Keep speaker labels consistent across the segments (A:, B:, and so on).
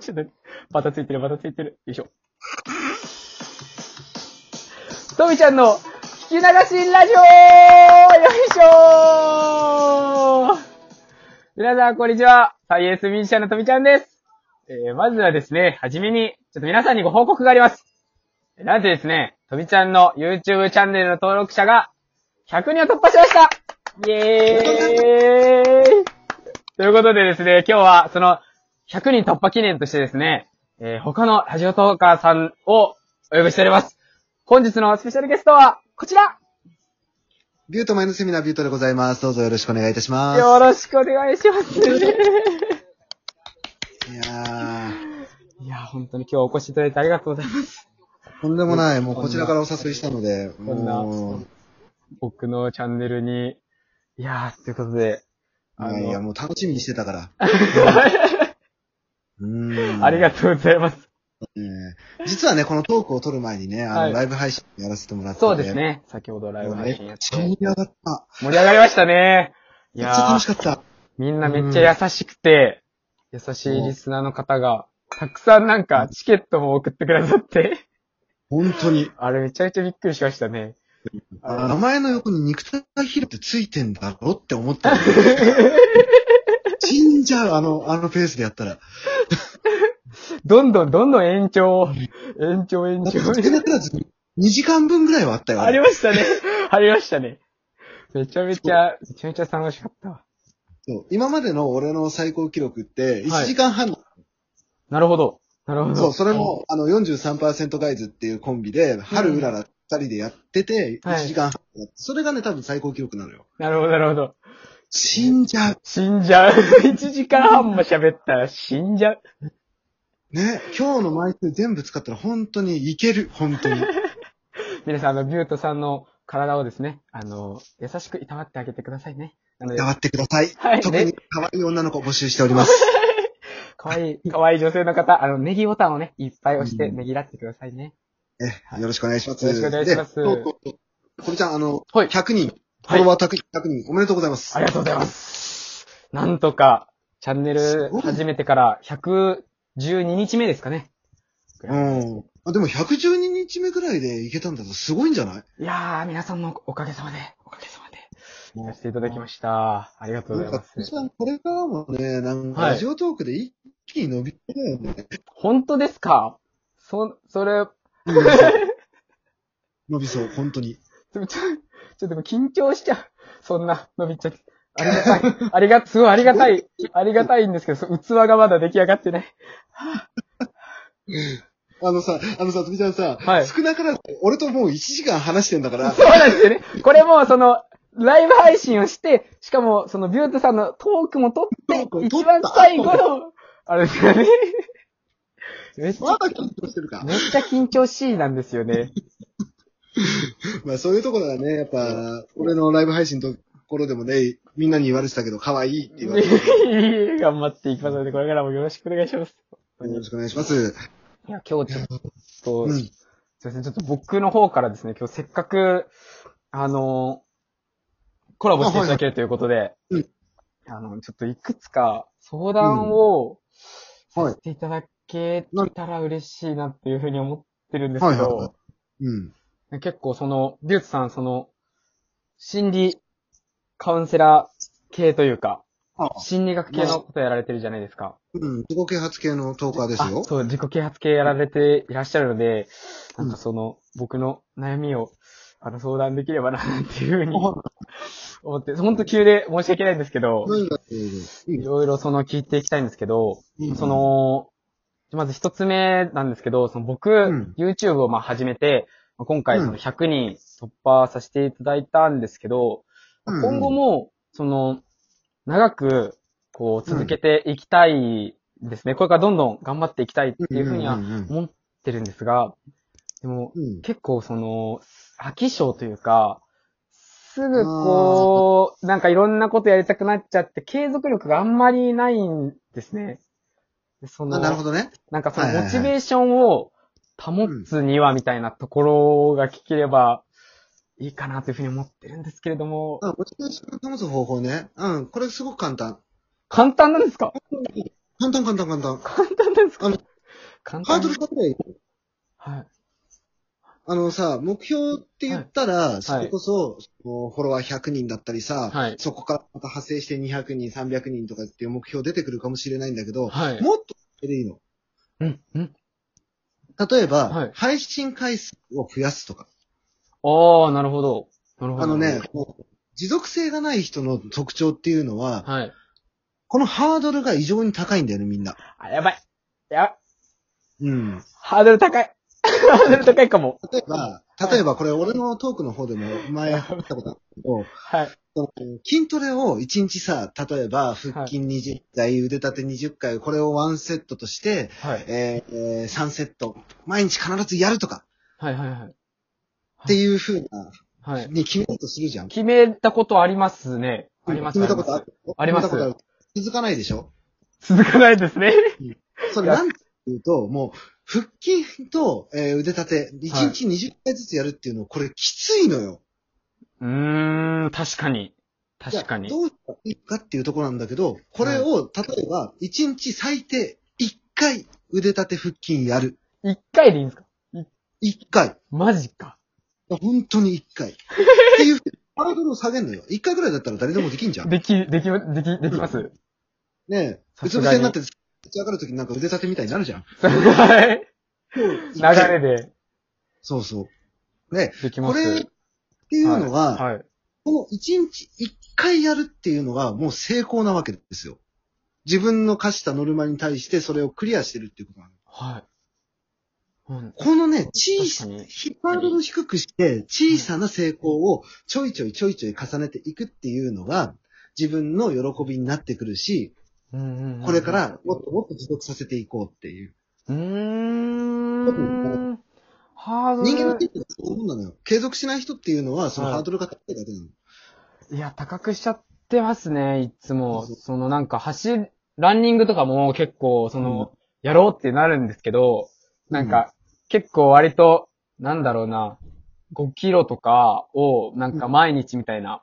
A: ちょっと待って、バタついてる、バタついてる。よいしょ。とみちゃんの聞き流しラジオよいしょー皆さん、こんにちは。サイエンスミュージシャンのとみちゃんです。えー、まずはですね、はじめに、ちょっと皆さんにご報告があります。なんとですね、とみちゃんの YouTube チャンネルの登録者が100人を突破しましたイエーイということでですね、今日はその100人突破記念としてですね、えー他のラジオトーカーさんをお呼びしております。本日のスペシャルゲストはこちら
B: ビュートマインドセミナービュートでございます。どうぞよろしくお願いいたします。
A: よろしくお願いします。
B: いやー、
A: いや、本当に今日お越しいただいてありがとうございます。
B: とんでもない。もうこちらからお誘いしたので、
A: こんな
B: も
A: 僕のチャンネルに、いやー、ということで、
B: う、
A: あの
B: いやいや、もう楽しみにして たから。うん。
A: ありが
B: と
A: とうございます。
B: う、ね。実はね、このトークを撮る前にね、あの、
A: はい
B: ライブ配信やらせてもらってて。
A: そうです。ね。先ほどライブ配
B: めっ
A: 信やっ
B: ちゃ盛
A: て
B: り。上がった。
A: 盛り上がりましたね。い
B: めっ
A: や
B: ちゃ
A: ー
B: 楽し、かった。
A: みんなめっちゃ優しくて、優しいリスナーの方が、たくさんなんかチケットも送ってくださって、
B: 本当に。
A: あれめちゃめちゃびっくりしましたね。
B: 名前の横に肉体ヒロってついてんだろって思った。死んじゃう、あの、あのペースでやったら。
A: どんどんどんどん延長、延長延
B: だって
A: 長。
B: 少なからず2時間分ぐらいはあったよ。
A: ありましたね。ありましたね。めちゃめちゃ、めちゃめちゃ楽しかったわ。
B: そう今までの俺の最高記録って、
A: はい
B: 1時間半、
A: なるほど。なるほど。
B: そう、それも、あの、43%ガイズっていうコンビで、春うらら二人でやってて、
A: はい
B: 1時間半、それがね、多分最高記録なのよ。
A: なるほど、なるほど。
B: 死んじゃう。
A: 死んじゃう。1時 間半も喋ったら死んじゃう。
B: ね、今日の枚数全部使ったら本当にいける、本 当に。
A: 皆さん、あの、ビュートさんの体をですね、あの、優しくいたわってあげてくださいね。なので
B: 頑張ってください。
A: はい
B: 特
A: ね
B: に可愛い女の子募集しております。
A: かわいい、かわいい女性の方、あの、ネギボタンをね、いっぱい押して、
B: うん
A: ネギらってくださいね。
B: ねよろしくお願いします。
A: よろしくお願いします
B: でとうとうとうこれちゃん、あの、
A: はい
B: 100人、フ
A: は
B: ォ
A: い
B: ロワー100人、おめでとうございます。
A: ありがとうございます。なんとか、チャンネル
B: すごい
A: 始めてから112日目ですかね。
B: うん。あでも112日目ぐらいでいけたんだとすごいんじゃない
A: いやー、皆さんのおかげさまで、おかげさまで、やらせていただきました。ありがとうござい
B: な
A: ま
B: んか、
A: す。
B: さん、これからもね、なんか、
A: はい
B: ラジオトークで一気に伸びてる よね。
A: 本当ですかそ、それ、
B: 伸びそう、本当に。
A: ちょ、ちょ、ちょっと緊張しちゃう。そんな、伸びちゃって。ありがたい。 ありが、すごいありがたい。ありがたいんですけど、そ器がまだ出来上がってない。
B: あのさ、あのさ、つみちゃんさ、
A: はい
B: 少なからず、俺ともう1時間話してんだから、
A: そうなんですよね。これも、その、ライブ配信をして、しかも、その、ビュートさんのトークも撮
B: トー
A: って、
B: ク撮
A: 一
B: った
A: 番最後の、あれですよね。めっちゃ、
B: まだ緊張してるか。
A: めっちゃ緊張しいなんですよね。
B: まあ、そういうところがね、やっぱ、俺のライブ配信のところでもね、みんなに言われてたけど、可愛いって言われて、よ
A: 頑張っていきますので、これからもよろしくお願いします。
B: ろしくお願いします。
A: いや、今日ちょっと、
B: うん
A: すいません、ちょっと僕の方からですね、今日せっかく、あのーコラボしていただけるということで、
B: いはい
A: あの、ちょっといくつか相談を
B: うん
A: させていただけたら嬉しいなっていうふうに思ってるんです
B: は
A: け
B: いはいは
A: ど、
B: い。うん。
A: 結構その、ビューツさん、その、心理カウンセラー系というか、
B: あ
A: 心理学系のことやられてるじゃないですか。
B: うん。自己啓発系のトーカーですよ
A: あ。そう、自己啓発系やられていらっしゃるので、なんかその、僕の悩みを、あの、相談できればな、っていうふうに
B: あ
A: 思って、ほんと急で申し訳ないんですけど、
B: うんう
A: い
B: ん
A: ろいろその聞いていきたいんですけど、
B: うん
A: その、まず一つ目なんですけど、その僕、
B: ん
A: YouTube をまあ始めて、まあ今回
B: うん
A: その100人突破させていただいたんですけど、まあ
B: うん
A: 今後も、その、長く、こう、続けていきたいですね。これからどんどん頑張っていきたいっていうふうには
B: んんうん
A: 思ってるんですが、でも、
B: うん
A: 結構その、飽き性というか、すぐこう、なんかいろんなことやりたくなっちゃって、継続力があんまりないんですね。でその、
B: あなるほどね。
A: なんかそ
B: はいはい
A: の
B: はい
A: モチベーションを保つにはみたいなところが聞ければいいかなというふうに思ってるんですけれども、
B: あモチベーションを保つ方法ね。うん。これすごく簡単。
A: 簡単なんですか
B: 簡単簡単簡単。
A: 簡単なんですか
B: あの
A: 簡
B: ハー
A: 単
B: ド
A: に
B: ル高くない
A: はい。
B: あのさ、目標って言ったら、それこそ、そのフォロワー100人だったりさ、
A: はい
B: そこからまた派生して200人、300人とかっていう目標出てくるかもしれないんだけど、
A: はい。
B: もっとそれでいいの。
A: うん、うん。
B: 例えば、
A: はい
B: 配信回数を増やすとか。
A: ああ、なるほど。なるほど。
B: あのね、もう持続性がない人の特徴っていうのは、
A: はい。
B: このハードルが異常に高いんだよね、みんな。
A: あ、やばい。やばい。
B: うん。
A: ハードル高い。ハードル高いかも。
B: 例えば、例えばこれ俺のトークの方でも前やったことあるけど、
A: はい。
B: その筋トレを1日さ、例えば腹筋20回、腕立て20回、これを1セットとして、
A: はい。
B: えーえー3セット、毎日必ずやるとか
A: はいはいはい。
B: っていう風な、
A: はい。
B: に決めたとするじゃん。
A: 決めたことありますね。あります
B: 決めたことある
A: あります
B: 決めたことある続かないでしょ
A: 続かないですね。
B: それなんて言うと、もう、腹筋と、えー腕立て、1日20回ずつやるっていうの、これきついのよ。
A: うーん、確かに。確か
B: い
A: に
B: や。どうしたらいいかっていうところなんだけど、これを、例えば、1日最低1回腕立て腹筋やる。
A: 一回でいいんですか
B: 1回。
A: マジか。
B: 本当に1回。っていう、ハードルを下げるのよ。1回ぐらいだったら誰でもできんじゃん。ね
A: でき、でき、でき、できます。
B: え。
A: さ
B: う
A: す
B: つ
A: がに
B: 伏せになって、立ち上がるときになんか腕立てみたいになるじゃん。
A: はい。流れで。
B: そうそう。ね
A: できま
B: これ、っ
A: す。
B: ていうのは、
A: はい。
B: この一日一回やるっていうのがもう成功なわけですよ。自分の課したノルマに対してそれをクリアしてるっていうことなの。
A: はい。うん
B: このね、小さ
A: 確かに
B: な、ハードルを低くして、小さな成功をちょいちょいちょいちょい重ねていくっていうのが、自分の喜びになってくるし、
A: うんうんうん
B: これか。らもっともっと持続させていこうっていう。
A: うーん。ハードル。
B: 人間の手ってそういうもんなのよ。継続しない人っていうのは、その
A: はい
B: ハードルが高いだけなの。
A: いや、高くしちゃってますね、いつも。
B: そうそう
A: そのなんか走る、ランニングとかも結構、その、やろうってなるんですけど、なんか、結構割と、なんだろうな、5キロとかを、なんか毎日みたいな。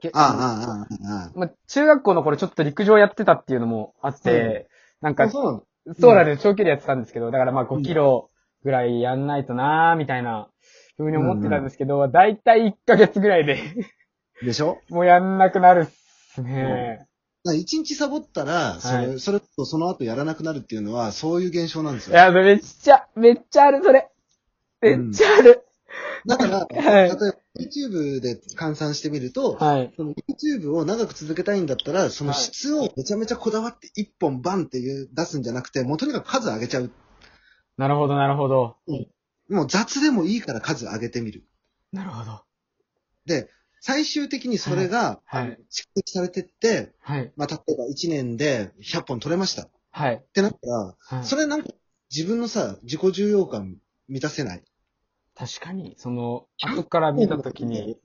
A: け
B: ああ、ああ、ああ、あ
A: まあ、中学校の頃ちょっと陸上やってたっていうのもあって、なん
B: あ。
A: か
B: あ、そうなの
A: そうなんです。長距離やってたんですけど、だからまあ5キロぐらいやんないとなーみたいな、ふうに思ってたんですけど、だいたい1ヶ月ぐらいで、
B: でしょ
A: もうやんなくなるっすね。
B: だから一日サボったら、それ、
A: は
B: それとその後やらなくなるっていうのは、そういう現象なんです
A: い
B: よ。
A: や、めっちゃ、めっちゃある、それ。めっちゃある。
B: だから、
A: は
B: 例え
A: い
B: ば YouTube で換算してみると、
A: はい。
B: その YouTube を長く続けたいんだったら、その質をめちゃめちゃこだわって一本バンっていう出すんじゃなくて、もうとにかく数上げちゃう。
A: なるほど、なるほど。
B: もう雑でもいいから数上げてみる。
A: なるほど。
B: で、最終的にそれが、
A: はい
B: あの蓄積されてって、
A: はい。
B: まあ、例えば1年で100本取れましたっ
A: はい。
B: てなったら、
A: はい、
B: それなんか自分のさ、自己重要感満たせない。
A: 確かに、その、後から見たときに、。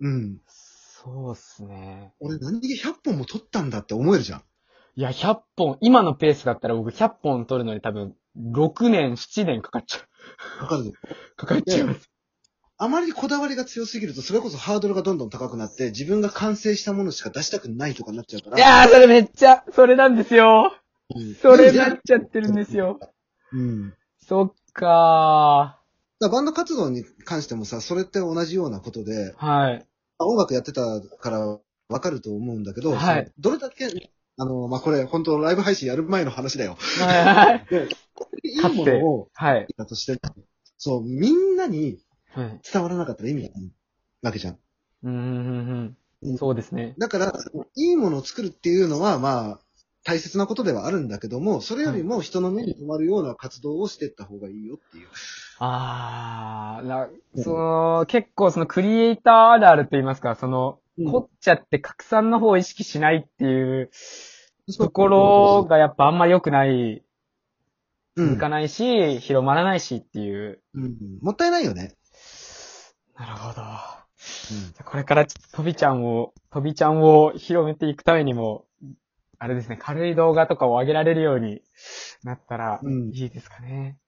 B: うん。
A: そうっすね。
B: 俺何で100本も取ったんだって思えるじゃん。
A: いや、100本、今のペースだったら僕100本取るのに多分、6年、7年かかっちゃ
B: わかる
A: う。かかっちゃいます。
B: あまりこだわりが強すぎると、それこそハードルがどんどん高くなって、自分が完成したものしか出したくないとかになっちゃうから。
A: いやー、それめっちゃ、それなんですよ。
B: うん
A: それなっちゃってるんですよ。
B: うん。だか
A: そっか
B: らバンド活動に関してもさ、それって同じようなことで、
A: ー。はい。
B: 音楽やってたからわかると思うんだけど、
A: はい
B: そのどれだけ、あの、まあ、これ本当ライブ配信やる前の話だよ。
A: はい。
B: いいものを、
A: はい。
B: だとして、そう、みんなに
A: はい。
B: 伝わらなかったら意味がないわけじゃん。
A: うんうんうんうん。そうですね。
B: だから、いいものを作るっていうのは、まあ、大切なことではあるんだけども、それよりも人の目に留まるような活動をしていった方がいいよっていう。
A: あー、な
B: うん
A: その、結構そのクリエイターあるあると言いますか、その、
B: うん
A: 凝っちゃって拡散の方を意識しないっていうところがやっぱあんま良くない、
B: うん
A: 続かないし、広まらないしっていう。
B: うんもったいないよね。
A: なるほど。じゃあこれからちょっと飛びちゃんを、飛びちゃんを広めていくためにも、あれですね、軽い動画とかを上げられるようになったら
B: うん。うん。
A: いいですかね。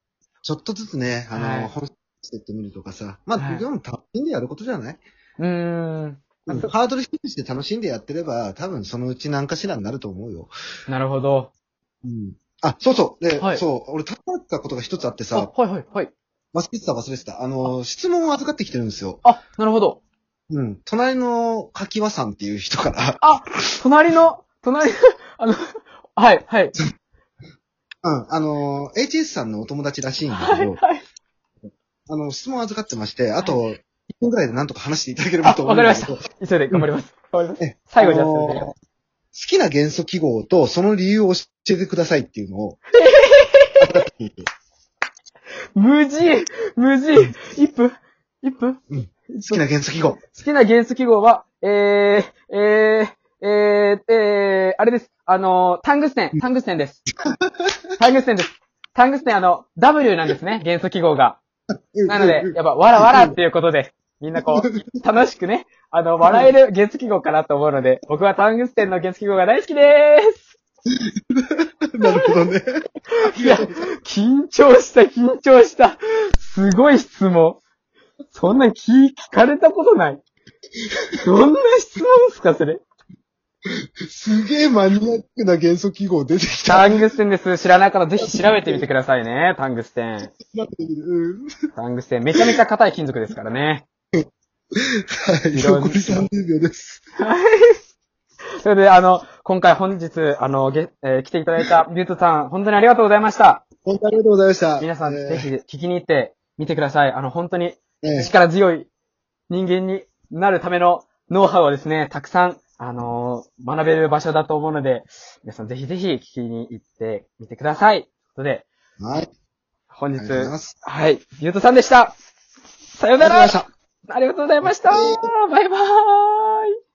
B: ちょっとずつね、あの、
A: はい
B: 本してってみるとかさ。まあ、
A: はい
B: でも楽しんでやることじゃない、
A: うーん。まあ
B: うん
A: そ
B: ハードル低くして楽しんでやってれば、多分そのうち何かしらになると思うよ。
A: なるほど。
B: うん。あ、そうそう。で、
A: はい
B: そう、俺、たったことが一つあって
A: あ、
B: さ、
A: はいはいはい。
B: 忘れてた忘れてた。あのー、質問を預かってきてるんですよ。
A: あ、なるほど。
B: うん。隣の柿和さんっていう人 から、
A: あ、隣の、隣 の、あの、はいはい。
B: うん、あのー、HS さんのお友達らしいんだ
A: は
B: け
A: い
B: ど、
A: はい。
B: あの、質問預かってまして、あと、
A: は
B: 1分くらいでなんとか話していただければと思うんだけど。かりまし
A: 急いで頑張ります。頑張ります。
B: た。え
A: 最後じゃあ
B: あの
A: 進
B: ー
A: んで
B: 好きな元素記号とその理由を教えてくださいっていうのを。預かってきてる
A: 無事無事一分一分
B: 好きな元素記号。
A: 好きな元素記号は、えー、えー、えー、えー、あれです。あのー、タングステン、タングステンです。タングステンです。タングステン、あの、W なんですね、元素記号が。なので、やっぱ、わらわらっていうことで、みんなこう、楽しくね、あの、笑える元素記号かなと思うので、僕はタングステンの元素記号が大好きでーす。
B: なるほどね。
A: いや、緊張した、緊張した。すごい質問。そんな聞聞かれたことない。どんな質問っすか、それ。
B: すげえマニアックな元素記号出てきた。
A: タングステンです。知らない方、ぜひ調べてみてくださいね。タングステン。
B: うん
A: タングステン。めちゃめちゃ硬い金属ですからね。
B: はい。
A: いろんな
B: 残り30秒です。
A: それで、あの、今回本日、あの、げえー来ていただいたビュートさん、本当にありがとうございました。
B: 本当ありがとうございました。
A: 皆さん、
B: えー
A: ぜひ聞きに行ってみてください。あの、本当に
B: えー
A: 力強い人間になるためのノウハウをですね、たくさん、あのー学べる場所だと思うので、皆さんぜひぜひ聞きに行ってみてください。ということで、
B: はい。
A: 本
B: ありがと
A: 日
B: うございます、
A: はい、ゆうとさんでした。さよう
B: ありがとうご
A: なら
B: ざいました。
A: ありがとうございましたバイバーイ